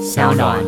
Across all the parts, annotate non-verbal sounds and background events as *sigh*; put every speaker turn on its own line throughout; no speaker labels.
小暖。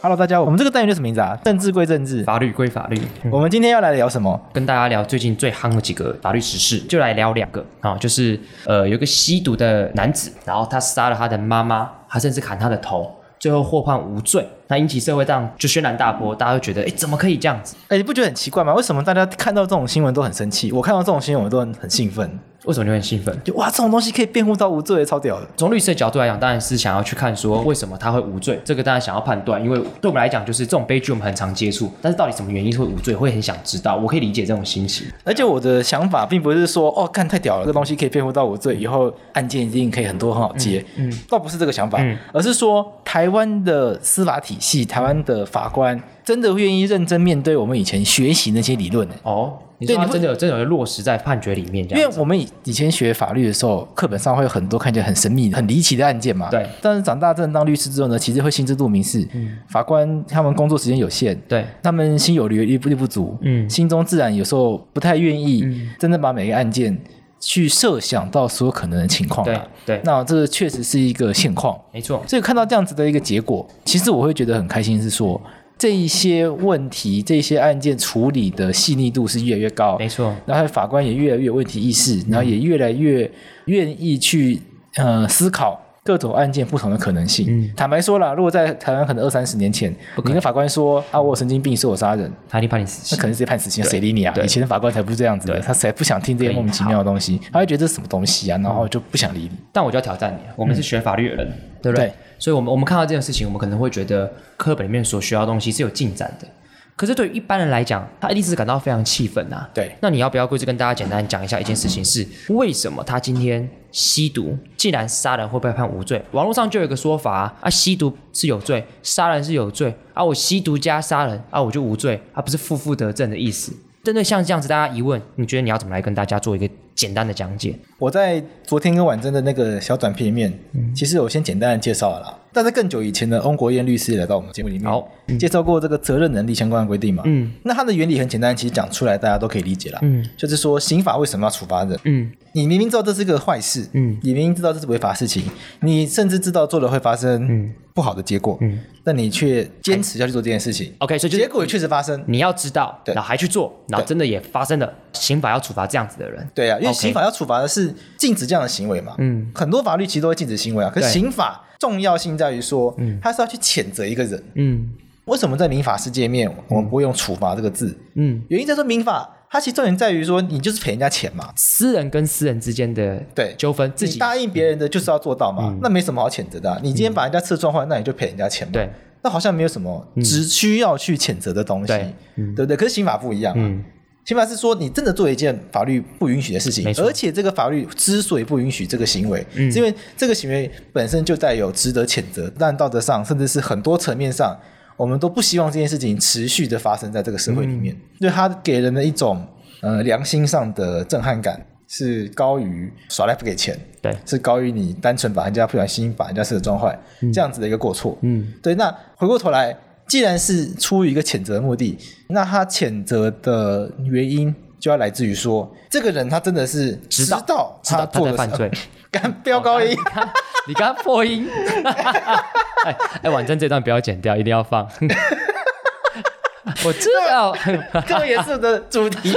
Hello，大家，我们这个单元叫什么名字啊？政治归政治。
法律归法律，
我们今天要来聊什么？
跟大家聊最近最夯的几个法律时事，就来聊两个啊，就是呃，有一个吸毒的男子，然后他杀了他的妈妈，他甚至砍他的头，最后获判无罪，那引起社会上就轩然大波，大家会觉得，哎，怎么可以这样子？
哎、你不觉得很奇怪吗？为什么大家看到这种新闻都很生气？我看到这种新闻我都很很兴奋，
为什么你会很兴奋？
就哇，这种东西可以辩护到无罪，超屌的。
从律师的角度来讲，当然是想要去看说为什么他会无罪，这个当然想要判断，因为对我们来讲，就是这种悲剧我们很常接触，但是到底什么原因会无罪，会很想知道。我可以理解这种心情，
而且我的想法并不是说哦，看太屌了，这个东西可以辩护到无罪，以后案件一定可以很多很好接，嗯，倒不是这个想法，
嗯
而是说台湾的司法体系，台湾的法官真的愿意认真面对我们以前学习那些理论、欸
哦，你说
对
他
你不
真的有真的有落实在判决里面这
因为
样子，
我们以以前学法律的时候，课本上会有很多看起来很神秘、很离奇的案件嘛。
对嗯
但是长大真的当律师之后呢，其实会心知肚明是，法官他们工作时间有限，
对，
他们心有余力不力不足，
嗯
心中自然有时候不太愿意
嗯
真的把每个案件去设想到所有可能的情况
对
啦。
对，
那这确实是一个现况。
没错，
所以看到这样子的一个结果，其实我会觉得很开心，是说这一些问题、这一些案件处理的细腻度是越来越高，
没错，
然后法官也越来越有问题意识，然后也越来越愿意去呃思考各种案件不同的可能性。
嗯
坦白说啦，如果在台湾可能二三十年前，
不可能
你跟法官说啊我有神经病，说我杀人，
他一定判你死
那
刑
可。能直接判死刑，谁理你啊？
对
以前的法官才不是这样子的，他才不想听这些莫名其妙的东西，他会觉得这是什么东西啊，然
嗯
后就不想理你。
但我就要挑战你，我们是学法律的人，对不对？
对
所以，我们我们看到这件事情，我们可能会觉得课本里面所学到的东西是有进展的。可是对于一般人来讲，他一定是感到非常气愤啊呐。
对
那你要不要过去跟大家简单讲一下一件事情是，为什么他今天吸毒，既然杀人会被判无罪？网络上就有一个说法啊，啊吸毒是有罪，杀人是有罪啊，我吸毒加杀人啊，我就无罪，啊不是负负得正的意思。针对像这样子大家疑问，你觉得你要怎么来跟大家做一个简单的讲解？
我在昨天跟婉珍的那个小短片里面，
嗯
其实我先简单的介绍了啦。但是更久以前的翁国燕律师也来到我们节目里面，
好
介绍过这个责任能力相关的规定嘛。
嗯，
那它的原理很简单，其实讲出来大家都可以理解啦。
嗯，
就是说刑法为什么要处罚人？
嗯，
你明明知道这是个坏事，
嗯
你明明知道这是违法事情，你甚至知道做了会发生不好的结果，
嗯，
但你却坚持要去做这件事情，
OK，所以就是
结果也确实发生。
你要知道，
对
然后还去做，然后真的也发生了，刑法要处罚这样子的人。
对啊，因为
OK
刑法要处罚的是禁止这样的行为嘛。
嗯，
很多法律其实都会禁止行为啊。可是
对
刑法重要性在于说，它是要去谴责一个人。
嗯
为什么在民法世界里面我们不会用处罚这个字？
嗯，
原因在说民法它其实重点在于说，你就是赔人家钱嘛。
私人跟私人之间的
对
纠纷，自
你
己嗯
答应别人的就是要做到嘛，那没什么好谴责的啊、你今天把人家车撞坏，那你就赔人家钱嘛。
对，
那好像没有什么只需要去谴责的东西，
嗯对
对不对？可是刑法不一样、啊，
嗯
刑法是说你真的做了一件法律不允许的事情
没，错
而且这个法律之所以不允许这个行为，
嗯
是因为这个行为本身就带有值得谴责，但道德上甚至是很多层面上，我们都不希望这件事情持续的发生在这个社会里
嗯
面，对它给人的一种呃良心上的震撼感。是高于耍赖不给钱，
对
是高于你单纯把人家不小心把人家车子撞坏、这样子的一个过错，
嗯，
对，那回过头来，既然是出于一个谴责的目的，那他谴责的原因就要来自于说，这个人他真的是
知
知
道
道
知道他
做
在
的
犯
是
罪，。
*laughs*
哦
敢飙高音
你，看，你刚刚破音。 *laughs* 哎哎，婉珍这段不要剪掉，一定要放。 *laughs* 我知道，
*laughs* 这个也是我的
*laughs*
主题，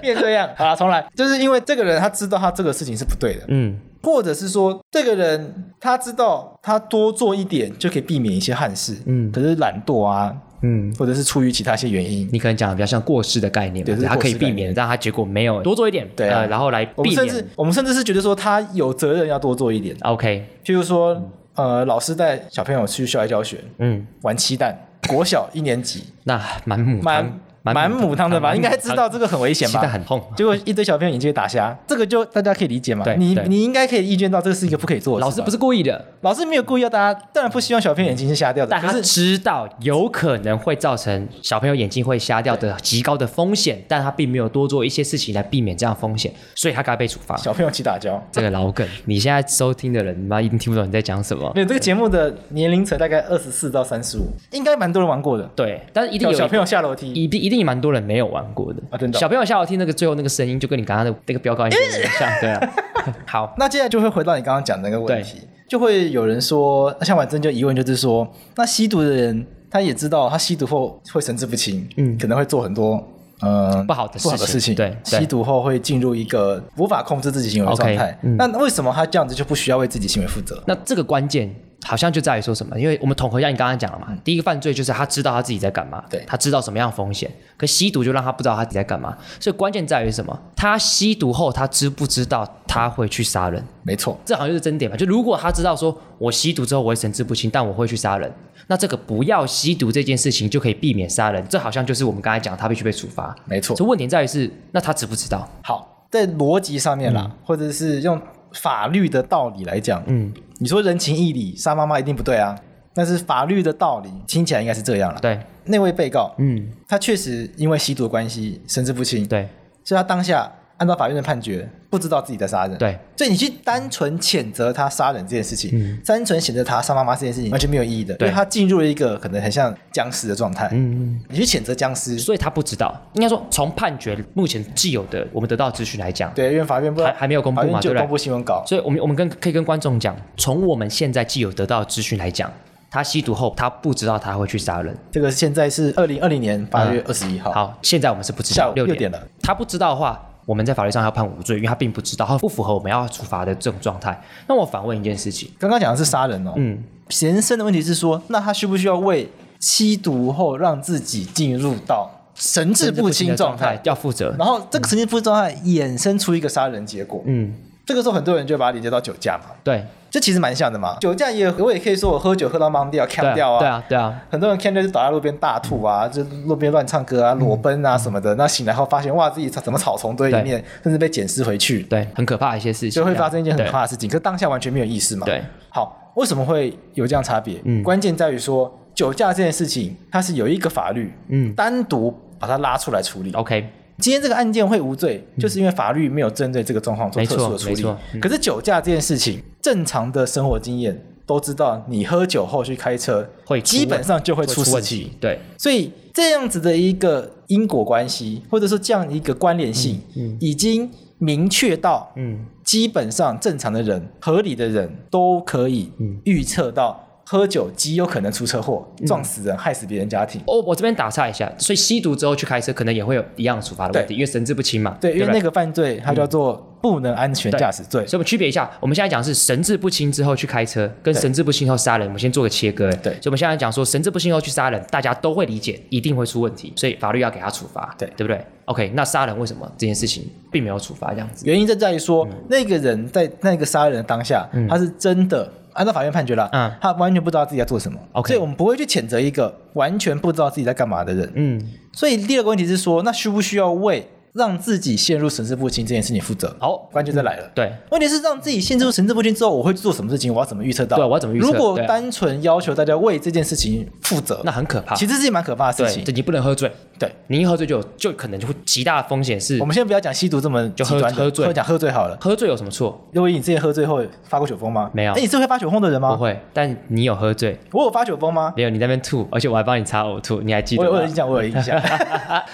变这样，好啦，重来，就是因为这个人他知道他这个事情是不对的，
嗯，
或者是说这个人他知道他多做一点就可以避免一些憾事，
嗯
可是懒惰啊，
嗯，
或者是出于其他一些原因，
你可能讲的比较像过失的概念嘛，
对这是
它可以
过失概
避
念
免，但它结果没有多做一点，
对啊
呃然后来
我们
避
甚至
免。啊
我们甚至是觉得说他有责任要多做一点。啊
OK，
譬如说，呃，老师带小朋友去校外教学
嗯，
*laughs* 玩七蛋，国小一年级
那满母汤
满满母汤的吧？应该知道这个很危险
心
吧
在？很痛。啊
结果一堆小朋友眼睛被打瞎，这个就大家可以理解嘛
对。
你
对
你应该可以意见到这是一个不可以做的事吧。
老师不是故意的，
老师没有故意要大家，当然不希望小朋友眼睛是瞎掉的。
但
可
他
是
知道有可能会造成小朋友眼睛会瞎掉的极高的风险，但他并没有多做一些事情来避免这样的风险，所以他该被处罚。
小朋友起打跤，
这个老梗，你现在收听的人妈一定听不懂你在讲什么
没。有这个节目的年龄层大概二十四到三十五，应该蛮多人玩过的。
对，但是一定
小
有
小朋
友，
友下楼梯，
一定一定蛮多人没有玩过的
啊真的哦
小朋友下楼梯那个最后那个声音，就跟你刚刚的那个飙高
*laughs*
音有点像，对啊。 *laughs* 好，
那接下来就会回到你刚刚讲的那个问题，就会有人说，那像婉珍就疑问就是说，那吸毒的人他也知道他吸毒后会神志不清，
嗯
可能会做很多呃
不好的
不好的
事情
事情，
对对
吸毒后会进入一个无法控制自己行为的
OK，
状态。
嗯
那为什么他这样子就不需要为自己行为负责？
那这个关键好像就在于说什么？因为我们统合一下你刚刚讲了嘛，第一个犯罪就是他知道他自己在干嘛，
嗯对
他知道什么样的风险，可吸毒就让他不知道他自己在干嘛，所以关键在于什么？他吸毒后，他知不知道他会去杀人？
没错，
这好像就是真点嘛。就如果他知道说我吸毒之后我会神志不清，但我会去杀人，那这个不要吸毒这件事情就可以避免杀人，这好像就是我们刚才讲他必须被处罚。
没错
这。问题在于是，那他知不知道？
好，在逻辑上面啦，或者是用法律的道理来讲，
嗯，
你说人情义理，杀妈妈一定不对啊。但是法律的道理听起来应该是这样了。
对，
那位被告，
嗯，
他确实因为吸毒的关系神志不清，
对，
所以他当下按照法院的判决，不知道自己在杀人。，
对，
所以你去单纯谴责他杀人这件事情，
嗯
单纯谴责他杀妈妈这件事情，完全没有意义的，因
对
为他进入了一个可能很像僵尸的状态。
嗯，
你去谴责僵尸，
所以他不知道。应该说，从判决目前既有的我们得到的资讯来讲，
对，因为法院不
还还没有公布嘛
法院就
对不对
公布新闻稿，
所以我们我们跟可以跟观众讲，从我们现在既有得到的资讯来讲，他吸毒后他不知道他会去杀人。
这个现在是二零二零年八月二十一号，
嗯好，现在我们是不知
下
道
午
六
六
点
点了。
他不知道的话，我们在法律上要判无罪，因为他并不知道，他不符合我们要处罚的这种状态。那我反问一件事情，
刚刚讲的是杀人哦，
嗯，
延伸的问题是说，那他需不需要为吸毒后让自己进入到神志不清
的
状态？
要负责，
然后这个神志不清状态衍生出一个杀人结果，
嗯，
这个时候很多人就把它连接到酒驾嘛，
对，
这其实蛮像的嘛。酒驾也我也可以说我喝酒喝到懵掉、
对
呛掉
对
啊，
啊，嗯对啊，
很多人看掉就倒在路边大吐啊，就路边乱唱歌啊、裸奔
嗯
啊什么的。那醒来后发现哇，自己怎么草丛堆里面，甚至被捡尸回去，
对，啊很可怕的一些事情，
就会发生一件很
对
可怕的事情。可当下完全没有意识嘛。
对。
好，为什么会有这样差别？
嗯
关键在于说酒驾这件事情，它是有一个法律，
嗯哦
单独把它拉出来处理。
，OK，
今天这个案件会无罪，就是因为法律没有针对这个状况
嗯
做
没
特
错
殊的处
没错嗯
理。可是酒驾这件事情，正常的生活经验都知道，你喝酒后去开车，
会出
基本上就会
会
出
出
事
问
情
题。，对，
所以这样子的一个因果关系，或者说这样一个关联性，已经明确到，
嗯，
基本上正常的人、合理的人都可以
嗯
预测到喝酒极有可能出车祸，撞死人、害死别人家庭。
哦，我这边打岔一下，所以吸毒之后去开车，可能也会有一样的处罚的问题，因为神志不清嘛，
对，因为
不
那个犯罪它叫做不能安全
嗯
驾驶罪。
所以我们区别一下，我们现在讲是神志不清之后去开车，跟神志不清后杀人，我们先做个切割。哎
对
所以我们现在讲说神志不清后去杀人，大家都会理解，一定会出问题，所以法律要给他处罚，
对
对不对？OK，那杀人为什么这件事情并没有处罚这样子？
原因就在于说，
嗯
那个人在那个杀人的当下，他是真的按照法院判决了，
嗯
他完全不知道自己在做什么。
OK
所以我们不会去谴责一个完全不知道自己在干嘛的人。
嗯，
所以第二个问题是说，那需不需要为让自己陷入神志不清这件事情负责？
好
关键就来了。
对，
问题是让自己陷入神志不清之后，我会做什么事情？我要怎么预测到？
对我要怎么预测
如果
对啊
单纯要求大家为这件事情负责，
那很可怕。
其实是一件蛮可怕的事
对，
情。
这你不能喝醉，
对，
你一喝醉就有就可能就会极大的风险是
我们先不要讲吸毒这么就
喝喝醉
讲喝醉好了。
喝醉有什么错？
因为你之前喝醉后发过酒疯吗？
没有
哎，你是会发酒疯的人
不
吗？
会，但你有喝醉，
我有发酒疯吗？
没有你在那边吐，而且我还帮你擦呕吐，你还记得
我
吗？
有我有印象，我有印
*laughs*
象。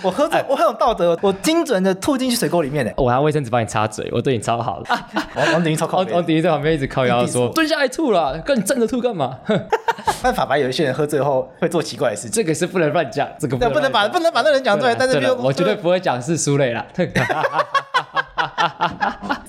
我喝醉，我很有道德，我精准的吐进去水沟里面欸
*laughs*
呢。
我拿卫生纸帮你擦嘴，我对你超好的。
王王鼎超靠
王
北
王
的。
迪在旁边一直靠腰
一定是我
说：“蹲下来吐了，跟你站着吐干嘛？”
但法白有一些人喝醉后会做奇怪的事情，
这个是不能乱讲，这个
那不能把不能把那个人讲出来，但是
对了
又
我绝对不会讲是苏
*laughs*
磊啦。
这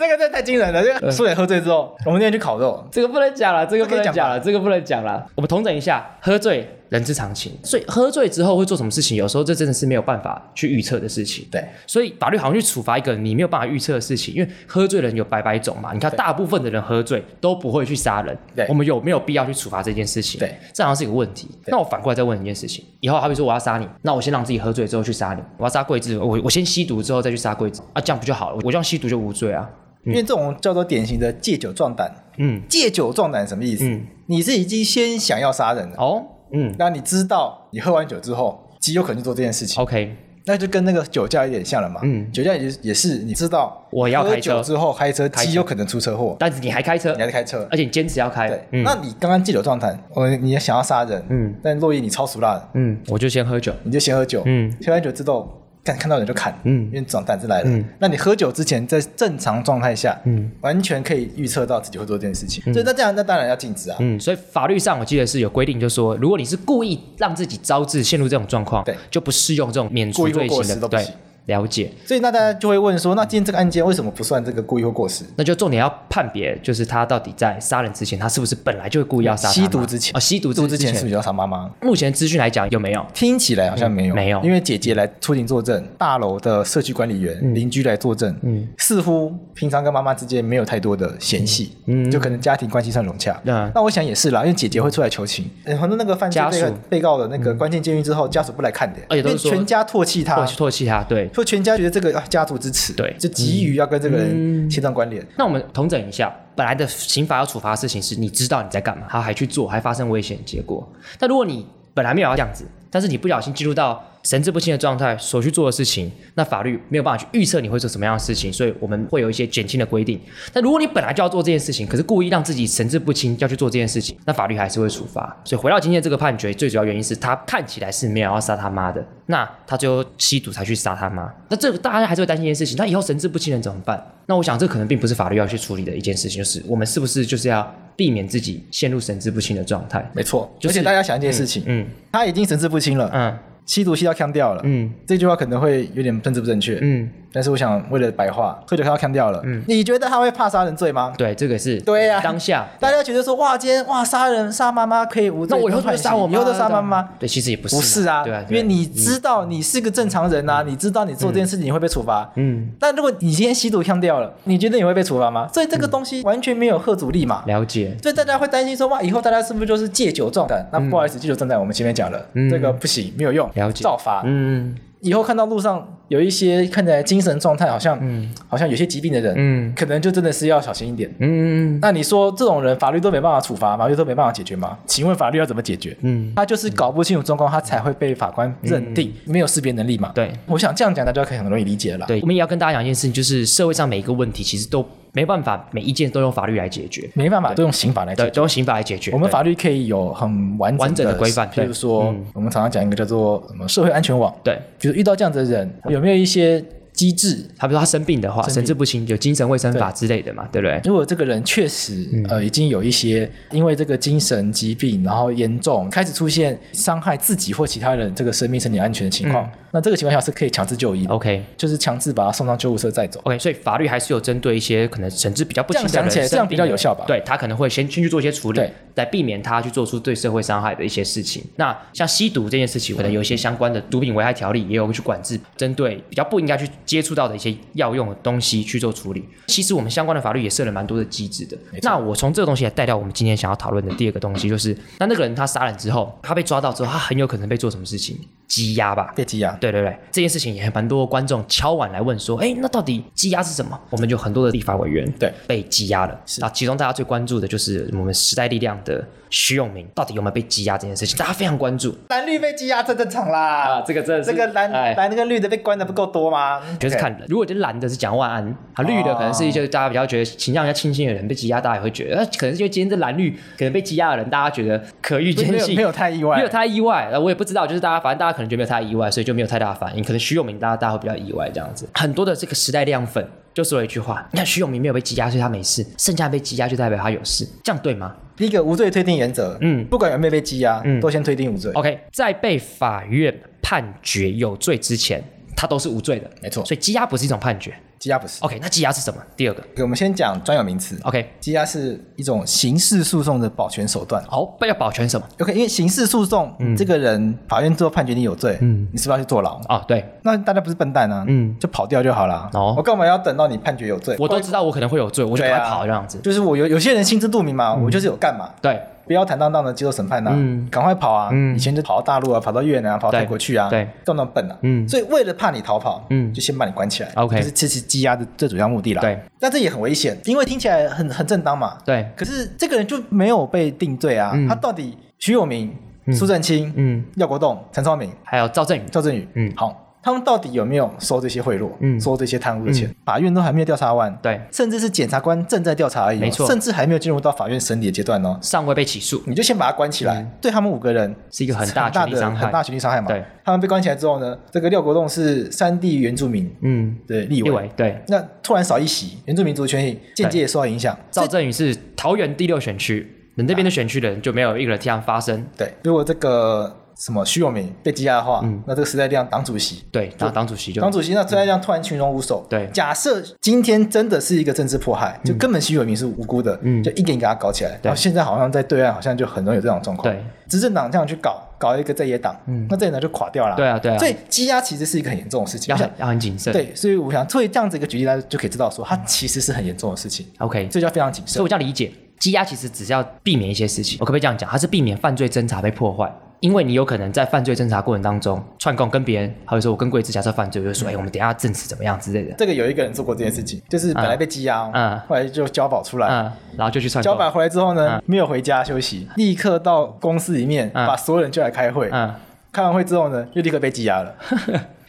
个真的太惊人了。
嗯
这个苏磊喝醉之后，我们那天去烤肉，
这个不能讲了，这个不
这可
能
以讲吧
讲了，这个不能讲了。我们统整一下，喝醉人之常情。所以喝醉之后会做什么事情，有时候这真的是没有办法去预测的事情。
对，
所以法律好像去处罚一个你没有办法预测的事情，因为喝醉人有百百种嘛。你看，大部分的人喝醉都不会去杀人
对，
我们有没有必要去处罚这件事情？
对，
这好像是一个问题。那我反过来再问你一件事情：以后好比说我要杀你，那我先让自己喝醉之后去杀你，我要杀桂枝，我我先吸毒之后再去杀桂枝啊，这样不就好了？我这样吸毒就无罪啊。
因为这种叫做典型的借酒壮胆。
嗯，
借酒壮胆什么意思？
嗯
你是已经先想要杀人了，
哦，嗯
那你知道你喝完酒之后极有可能去做这件事情，
，OK，
那就跟那个酒驾有点像了嘛。
嗯
酒驾也是也是你知道
我要
喝
开车
酒之后开车
车
极有可能出车祸，
但是你还开车
你，还在开车。
而且你坚持要开
对，，
嗯
那你刚刚借酒壮胆，我你也想要杀人，
嗯
但洛伊你超熟辣的，
嗯，我就先喝酒，
你就先喝酒，
嗯
喝完酒之后。看看到人就砍，
嗯
因为长胆子来了。
嗯
那你喝酒之前，在正常状态下，
嗯
完全可以预测到自己会做这件事情。所以那这样，那当然要禁止啊。
嗯，所以法律上我记得是有规定，就说如果你是故意让自己招致陷入这种状况，
对
就不适用这种免除
故意或
罪
过
行
失
的。
都不
对
行，
了解。
所以那大家就会问说，那今天这个案件为什么不算这个故意或过失？
那就重点要判别，就是他到底在杀人之前，他是不是本来就会故意要杀他
吸
嘛？
毒之前
哦，吸毒
做
之
之前是不是要杀妈妈？
目前资讯来讲有没有？
听起来好像没有，
嗯没有
因为姐姐来出庭作证，大楼的社区管理员、邻居来作证，嗯，似乎平常跟妈妈之间没有太多的嫌隙，嗯，就可能家庭关系算融洽。
嗯
那我想也是啦，因为姐姐会出来求情，呃很多那个犯罪
家
被
属嗯
告被告的那个关进监狱之后，家属不来看的，
而且
因
都
为
是说
全家唾弃他
唾，唾弃他，对。
说全家觉得这个啊家族之耻，
对嗯
就急于要跟这个人切断关联。
那我们统整一下，本来的刑罚要处罚的事情是你知道你在干嘛，他还去做，还发生危险结果。但如果你本来没有要这样子，但是你不小心进入到神志不清的状态所去做的事情，那法律没有办法去预测你会做什么样的事情，所以我们会有一些减轻的规定。但如果你本来就要做这件事情，可是故意让自己神志不清要去做这件事情，那法律还是会处罚。所以回到今天这个判决，最主要原因是他看起来是没有要杀他妈的，那他最后吸毒才去杀他妈。那这个大家还是会担心一件事情，那以后神志不清人怎么办？那我想这可能并不是法律要去处理的一件事情，就是我们是不是就是要避免自己陷入神志不清的状态？
没错，
就是
而且大家想一件事情，
嗯
他已经神志不清了，
嗯
吸毒吸到腔掉了，
嗯
这句话可能会有点政治不正确，
嗯，
但是我想为了白话，喝酒喝到腔掉了，你觉得他会怕杀人罪吗？
对，这个是
对呀
当下。
大家觉得说哇，今天哇杀人杀妈妈可以无罪，
那我以后就
判
杀我
刑
妈，
以后就杀妈妈。
对，其实也不是，
不是啊，
对啊，
因
对啊
为你知道你是个正常人啊，你知道你做这件事情你会被处罚。
嗯，
但如果你今天吸毒呛掉了，你觉得你会被处罚吗？所以这个东西完全没有吓阻力嘛。
了解，
所以大家会担心说哇，以后大家是不是就是戒酒壮胆？那不好意思，戒酒壮胆我们前面讲了，这个不行，没有用，
嗯了解
照罚。
嗯
以后看到路上有一些看起来精神状态好像，好像有些疾病的人，
嗯
可能就真的是要小心一点。
嗯
那你说这种人法律都没办法处罚，法律都没办法解决吗？请问法律要怎么解决？
嗯，
他就是搞不清楚状况，他才会被法官认定没有识别能力嘛。
对，
我想这样讲大家可以很容易理解了啦。
对，我们也要跟大家讲一件事情，就是社会上每一个问题其实都没办法，每一件都用法律来解决，
没办法，都用刑法来解
对，
决。
都用刑法来解决。
我们
对
法律可以有很完
完整
的
的规范
譬
对嗯
如说，我们常常讲一个叫做什么社会安全网，
对，
比如遇到这样的人，有没有一些机制
他比如说他生病的话，
病
神志不清，有精神卫生法之类的嘛，对不对？
如果这个人确实呃已经有一些因为这个精神疾病，然后严重开始出现伤害自己或其他人这个生命、身体安全的情况，那这个情况下是可以强制就医的，
OK
就是强制把他送上救护车载走。
OK，所以法律还是有针对一些可能神志比较不清的人，
这样想起来这样比
生病
较
的人
有效吧
对他可能会先先去做一些处理
对，
来避免他去做出对社会伤害的一些事情。那像吸毒这件事情，可能有一些相关的毒品危害条例也有去管制，针对比较不应该去接触到的一些药用的东西去做处理。其实我们相关的法律也设了蛮多的机制的。那我从这个东西来带到我们今天想要讨论的第二个东西，就是那那个人他杀人之后，他被抓到之后，他很有可能被做什么事情？羁押吧，
被羁押，
对对对，这件事情也蛮多观众敲碗来问说，哎，那到底羁押是什么？我们就很多的立法委员
对
被羁押了，那其中大家最关注的就是我们时代力量的徐永明到底有没有被羁押这件事情，大家非常关注。
蓝绿被羁押这正常啦，
啊这个真的是
啊这个蓝
哎
蓝跟绿的被关的不够多吗？
就是看人，如果这蓝的是蒋万安，啊绿的可能是一些大家比较觉得倾向比较清新的人被羁押，大家也会觉得，呃可能是因为今天这蓝绿可能被羁押的人，大家觉得可预
没
见
有
性
没有太意外，
没有太意外，呃我也不知道，就是大家反正大家可能觉得没有太意外，所以就没有太大的反应。可能徐永明大家大家会比较意外这样子。很多的这个时代量粉就说了一句话：，你看徐永明没有被羁押，所以他没事；，剩下被羁押就代表他有事，这样对吗
第一个无罪推定原则，
嗯
不管有没有被羁押，
嗯
都先推定无罪。
？OK，在被法院判决有罪之前，他都是无罪的，
没错
所以羁押不是一种判决，
羁押不是。
OK，那羁押是什么？第二个
OK，我们先讲专有名词。
，OK，
羁押是一种刑事诉讼的保全手段。
好，不要保全什么？
OK，因为刑事诉讼，这个人法院最后判决你有罪，
嗯
你是不是要去坐牢？
哦，对，
那大家不是笨蛋啊，
嗯
就跑掉就好了。
哦
我干嘛要等到你判决有罪？
我都知道我可能会有罪，我就
对
赶
啊
快跑这样子。
就是我有有些人心知肚明嘛，我就是有干嘛，
对
不要坦荡荡的接受审判呐、
嗯
赶快跑啊！
嗯
以前就跑到大陆啊，跑到越南啊，跑
对
到泰国去啊，
对，
都那么笨啊。
嗯
所以为了怕你逃跑，
嗯
就先把你关起来。
OK
就是这是羁押的最主要目的啦。
对，
但这也很危险，因为听起来很很正当嘛。
对，
可是这个人就没有被定罪啊，
嗯
他到底徐有明、苏正清、
嗯，
廖国栋、陈超明、
还有赵振宇，
赵振宇，
嗯
好，他们到底有没有收这些贿赂，
嗯
收这些贪污的钱？法院都还没有调查完，
对，
甚至是检察官正在调查而已哦、
没错
甚至还没有进入到法院审理的阶段哦。
尚未被起诉，
你就先把他关起来，对他们五个人
嗯是一个很大
很大
权利
的
伤
很大
害。
权利伤害嘛。
对，
他们被关起来之后呢，这个廖国栋是山地原住民
嗯，
的立
立
委，
委对，
那突然少一席，原住民族权益间接也受到影响。
赵振宇是桃园第六选区，你那边的选区的人就没有一个人替他发声。
对，如果这个什么徐永明被羁押的话，
嗯
那这个时代力量党主席。
对，然后党主席就
党主席那时代力量突然群龙无首，
对
假设今天真的是一个政治迫害，就根本徐永明是无辜的，
嗯
就一点给他搞起来。然后现在好像在对岸好像就很容易有这种状况，
对，嗯
执政党这样去搞，搞一个在野党，那在野党就垮掉了，
对啊对啊
所以羁押其实是一个很严重的事
要
情，我想
很要很谨慎。
对，所以我想，所以这样子一个举例，大家就可以知道说，
嗯
它其实是很严重的事情，
，OK，
所以要非常谨
所以
慎。
我这样理解，羁押其实只是要避免一些事情。我可不可以这样讲？它是避免犯罪侦查被破坏，因为你有可能在犯罪侦查过程当中串供跟别人，好比说我跟桂枝假设犯罪，我就说哎、我们等一下证实怎么样之类的，
这个有一个人做过这件事情，就是本来被羁押哦，
嗯
后来就交保出来，
嗯，然后就去串
交
供，
保回来之后呢，没有回家休息，立刻到公司里面
嗯
把所有人叫来开会，
嗯，
开完会之后呢，又立刻被羁押
*laughs*
了。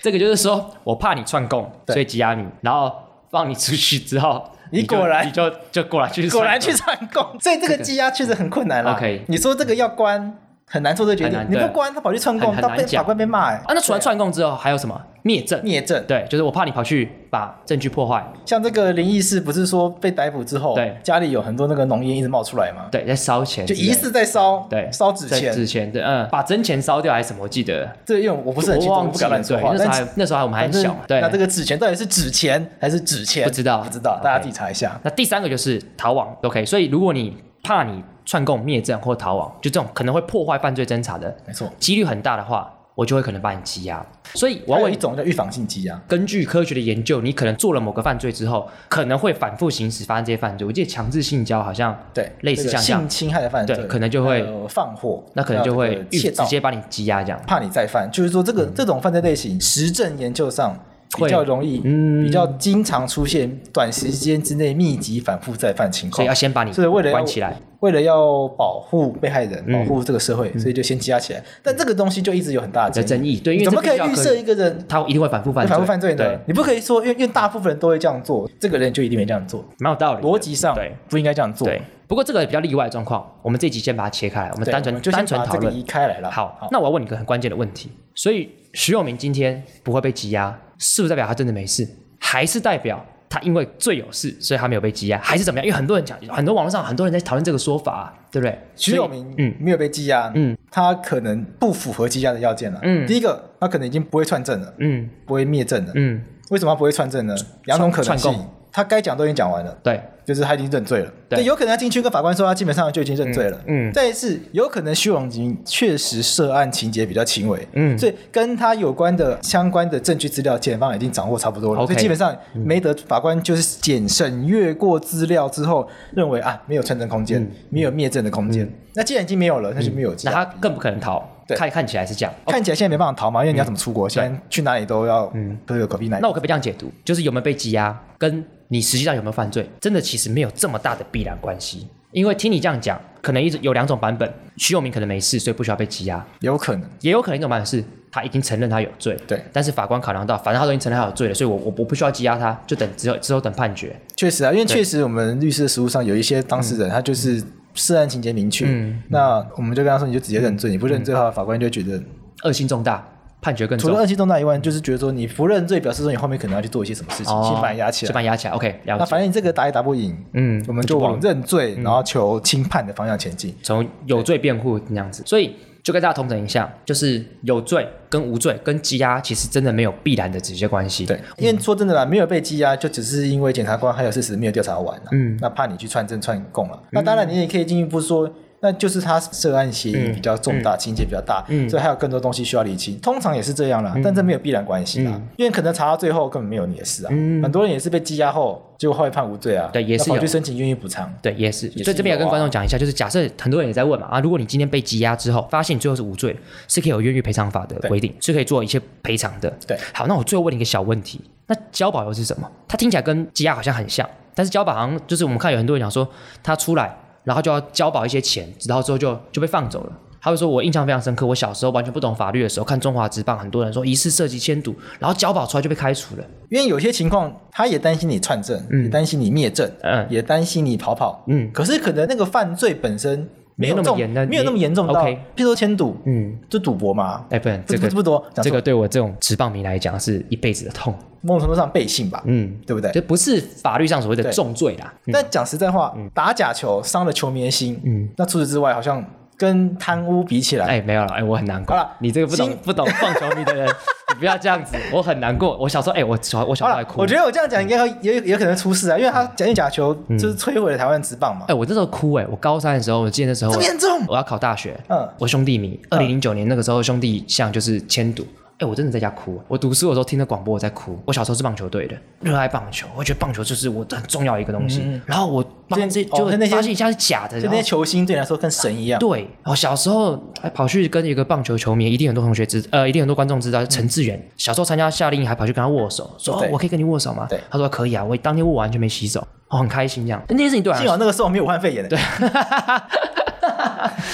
这个就是说我怕你串供，
对
所以羁押你，然后放你出去之后，
你
就
果然
你就就过来去
果然去
串
串供， *laughs* 所以这个羁押确实很困难啦。
OK
你说这个要关很难做这个决
很
定
难，
你不
对
关他跑去串
很
供，
很
他
难
被
讲
法官被骂哎
供啊，那除了
对
串供之后还有什么灭证？
灭证，
对，就是我怕你跑去把证据破坏，
像这个林义士不是说被逮捕之后，
对
家里有很多那个浓烟一直冒出来吗？
对，在烧钱之
就
类的，
疑似在烧，
对
烧纸
在
钱
纸。钱，对，嗯，把真钱烧掉还是什么？我记得
这因为我不是很清楚，
我
我
忘
不
记
敢
了。
乱
对
说话，。
那时候
但
还那时候还我们还很
但是
小嘛。对，
那这个纸钱到底是纸钱还是纸钱？
不知道
不知道，
OK
大家自己查一下。
那第三个就是逃亡，OK。所以如果你怕你串供灭证或逃亡，就这种可能会破坏犯罪侦查的
没错，
几率很大的话，我就会可能把你羁押。所以我要
还有
问
一
你，
种叫预防性羁押，
根据科学的研究，你可能做了某个犯罪之后，可能会反复行使发生这些犯罪。我记得强制性交好像
对，
类似
那个
像这样
性侵害的犯罪，
对可能就会
还有放火，
那可能就
还
会
有这个
预
窃
直
盗，
接把你羁押这样。
怕你再犯，就是说这个这种犯罪类型，实证研究上。比较
会
容易，
嗯
比较经常出现短时间之内密集反复再犯情况，
所以要啊先把你
所以为了要
关起来，
为了要保护被害人，保
嗯
护这个社会，所以就先羁押起来。但这个东西就一直有很大的
的争
议，
议，对，因为
怎么
这必
可以
须要
预
科
设
学
一个人
他一定会反复犯罪？
反复犯罪呢
对，？
你不可以说，因为因为大部分人都会这样做，这个人就一定会这样做，
蛮有道理的，
逻辑上
对。
不应该这样做。
对，不过这个比较例外的状况，我们这集先把它切开来，我们
对，
单
我
纯
们就先
单纯
把
讨
这个
论
移。开来了。
好，那我要问你一个很关键的问题，所以徐永明今天不会被羁押，是不是代表他真的没事，还是代表他因为罪有事，所以他没有被羁押，还是怎么样？因为很多人讲，很多网络上很多人在讨论这个说法、啊，对不对？
徐
所以
永明
嗯
没有被羁押，
嗯，
他可能不符合羁押的要件了。
嗯
第一个，他可能已经不会串证了，
嗯
不会灭证了。
嗯，
为什么他不会串证呢？两种可能
串
性
供，
他该讲都已经讲完了。
对，
就是他已经认罪了。
对
对，有可能他进去跟法官说他基本上就已经认罪了。
嗯嗯
再一次，有可能徐永明确实涉案情节比较轻微，
嗯
所以跟他有关的相关的证据资料，检方已经掌握差不多了。
OK
所以基本上没得法官就是检审阅过资料之后，认为啊没有串证空间，没有灭证的空间。那既然已经没有了，那就没有羁
嗯那
押。
他更不可能逃，
对
看看起来是这样。
看起来现在没办法逃嘛，因为你要怎么出国？现在去哪里都要都有狗屁奶。
嗯那我可不可以这样解读？就是有没有被羁押，跟你实际上有没有犯罪，真的其实没有这么大的必然关系。因为听你这样讲，可能一直有两种版本：徐永明可能没事，所以不需要被羁押；
有可能，
也有可能一种版本是他已经承认他有罪，
对
但是法官考量到，反正他都已经承认他有罪了，所以我我我不需要羁押他，就等之后之后等判决。
确实啊，因为确实我们律师的实务上有一些当事人，他就是涉案情节明确，
嗯
那我们就跟他说，你就直接认罪，你不认罪的话，法官就会觉得
恶性重大，判决更
嗯除
重
了。二期重大以外，就是觉得说你不认罪，表示说你后面可能要去做一些什么事情，先把你压起
先
来。
把你压起来。OK，了
那
解。
反正你这个打也打不赢，
嗯
嗯我们就往认罪然后求轻判的方向前进。
从有罪辩护那样子。所以就跟大家同等一下，就是有罪跟无罪跟羁押其实真的没有必然的直接关系。
对，，因为说真的啦，没有被羁押，就只是因为检察官还有事实没有调查完、啊，
嗯
那怕你去串证串供了、那当然，你也可以进一步说，那就是他涉案嫌疑比较重大，情节比较大，
嗯
所以还有更多东西需要理清。通常也是这样啦，但这没有必然关系啦，因为可能查到最后根本没有你的事啊。
嗯
很多人也是被羁押后，结果后来判无罪啊，
对也是
那跑
有
去申请愿意补偿。
对，也是。
也是
所以这边也跟
有啊
观众讲一下，就是假设很多人也在问嘛啊，如果你今天被羁押之后，发现你最后是无罪，是可以有冤狱赔偿法的
对
规定，是可以做一些赔偿的。
对，
好，那我最后问你一个小问题，那交保又是什么？它听起来跟羁押好像很像，但是交保好像就是我们看有很多人讲说，他出来然后就要交保一些钱，然后之后就就被放走了。他会说：“我印象非常深刻，我小时候完全不懂法律的时候，看《中华职棒》，很多人说疑似涉及牵赌，然后交保出来就被开除了。
因为有些情况，他也担心你串证，也担心你灭证，
嗯
也担心你跑跑，
嗯
可是可能那个犯罪本身
没有那么
重
严那
没有那么
你
严重到，譬
OK
如说牵赌，
嗯，
就赌博嘛，
哎，不能，
*laughs* 不
这个
不不多，讲
这
说
个对我这种职棒迷来讲是一辈子的痛。
某种程度上背信吧，
嗯，
对不对？
这不是法律上所谓的
对
重罪啦。
但讲实在话，打假球伤了球迷的心，
嗯
那除此之外，好像跟贪污比起来，
哎，没有了，哎，我很难过
好啦。
你这个不懂
新
不懂棒球迷的
*laughs*
人，你不要这样子，我很难过。我小时候，哎，我小我小时候
好
还
了，
哭嗯
我。觉得我这样讲应该会也也可能出事啊，因为他讲假球就是摧毁了台湾职棒嘛，
哎，我那时候哭哎，我高三的时候，我记得那时候
这
我
么严重，
我要考大学，
嗯
我兄弟迷，二零零九年那个时候兄弟像就是迁赌。哎、我真的在家哭。我读书的时候听着广播，我在哭。我小时候是棒球队的，热爱棒球，我觉得棒球就是我很重要的一个东
嗯
西。然后我发现这
哦
就
那那些
发现一下是假的，
就
然后
那些球星对你来说跟神一样，
对，我小时候还跑去跟一个棒球球迷，一定很多同学知，呃，一定很多观众知道陈志远。小时候参加夏令营还跑去跟他握手，说、哦
嗯对、
我可以跟你握手吗
对？
他说可以啊，我当天握完全没洗手，我、哦、很开心这样。那件事情对我来
幸
说
好那个时候没有武汉肺炎，对，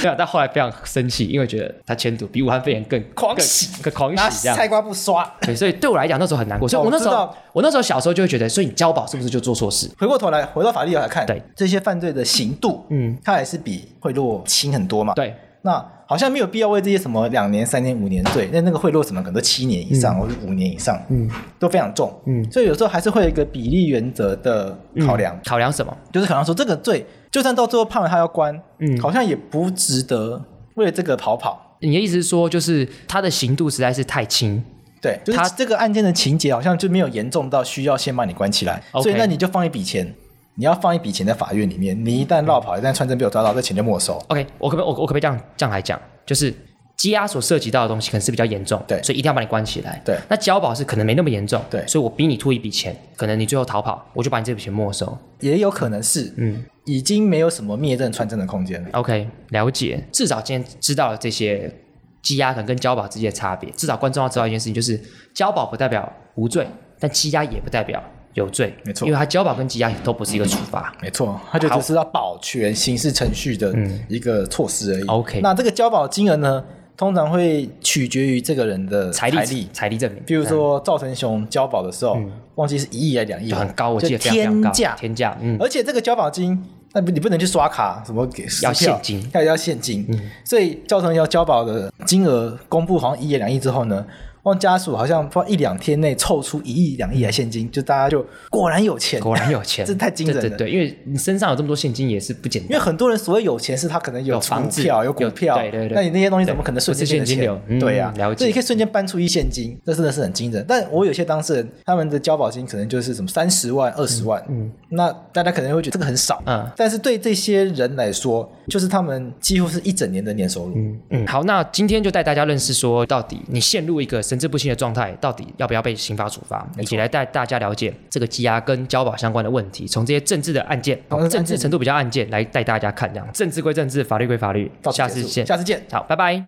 对啊，但后来非常生气，因为觉得他迁都比武汉肺炎更
狂喜
更更
拿
狂喜这样。
菜瓜布刷。
对，所以对我来讲那时候很难过，所以我那时
哦我知
候
道
我那时候小时候就会觉得，所以你交保是不是就做错事？
回过头来，回到法律来看，
对
这些犯罪的刑度，
嗯
嗯，它还是比贿赂轻很多嘛。
对，
那好像没有必要为这些什么两年、三年、五年罪，那那个贿赂什么可能都七年以上、或者五年以上，嗯，都非常重，
嗯
所以有时候还是会有一个比例原则的考量，
考量什么？
就是考量说这个罪，就算到最后判了他要关，
嗯
好像也不值得为了这个跑跑，
你的意思是说，就是他的刑度实在是太轻，
对，就是
他
他这个案件的情节好像就没有严重到需要先把你关起来，
OK
所以那你就放一笔钱。你要放一笔钱在法院里面，你一旦落跑，一旦穿针被我抓到，这钱就没收。
OK，我可不我我可不可以这样这样来讲？就是羁押所涉及到的东西可能是比较严重，
对
所以一定要把你关起来。
对
那交保是可能没那么严重，
对
所以我逼你吐一笔钱，可能你最后逃跑，我就把你这笔钱没收。
也有可能是，嗯，已经没有什么灭证穿针的空间了。
OK，了解，至少今天知道了这些羁押可能跟交保之间的差别，至少观众要知道一件事情，就是交保不代表无罪，但羁押也不代表有罪，
没错
因为它交保跟羁押都不是一个处罚。
没错，它就只是要保全刑事程序的一个措施而已。
OK
那这个交保金额呢，通常会取决于这个人的
财
财
力
力。
财力证明，
比如说赵成雄交保的时候，忘记是一亿还是两亿
就
了，
很高，我记得非常
就
非常
天
高，
价。
天价，嗯，
而且这个交保金，那不你不能去刷卡，什么给
要
支票
现金嗯
要要现金。所以赵成要交保的金额公布好像一亿两亿之后呢，望家属好像不知道一两天内凑出一亿两亿来现金，就大家就果然有钱，
果然有钱，
*laughs* 这太惊人了。
对对对，因为你身上有这么多现金也是不简
因为
单。
很多人所谓有钱是他可能有
有房
股
子
票、有
有
股票，
对对对
那你那些东西怎么可能瞬间
不是现
变成
金
钱
流嗯
对呀、
了解
所以你可以瞬间搬出一现金，这真的是很惊人。但我有些当事人他们的交保金可能就是什么三十万、二十万，嗯，那大家可能会觉得这个很少，
嗯
但是对这些人来说，就是他们几乎是一整年的年收入。
嗯，好，那今天就带大家认识说，到底你陷入一个神志不清的状态，到底要不要被刑法处罚，以及来带大家了解这个羁押跟交保相关的问题，从这些政治的案件，哦
好那
政
案
治
件
程度比较案件来带大家看，这样政治归政治，法律归法律
到，此
下
结
次
束
见，
下次见。
好，拜拜。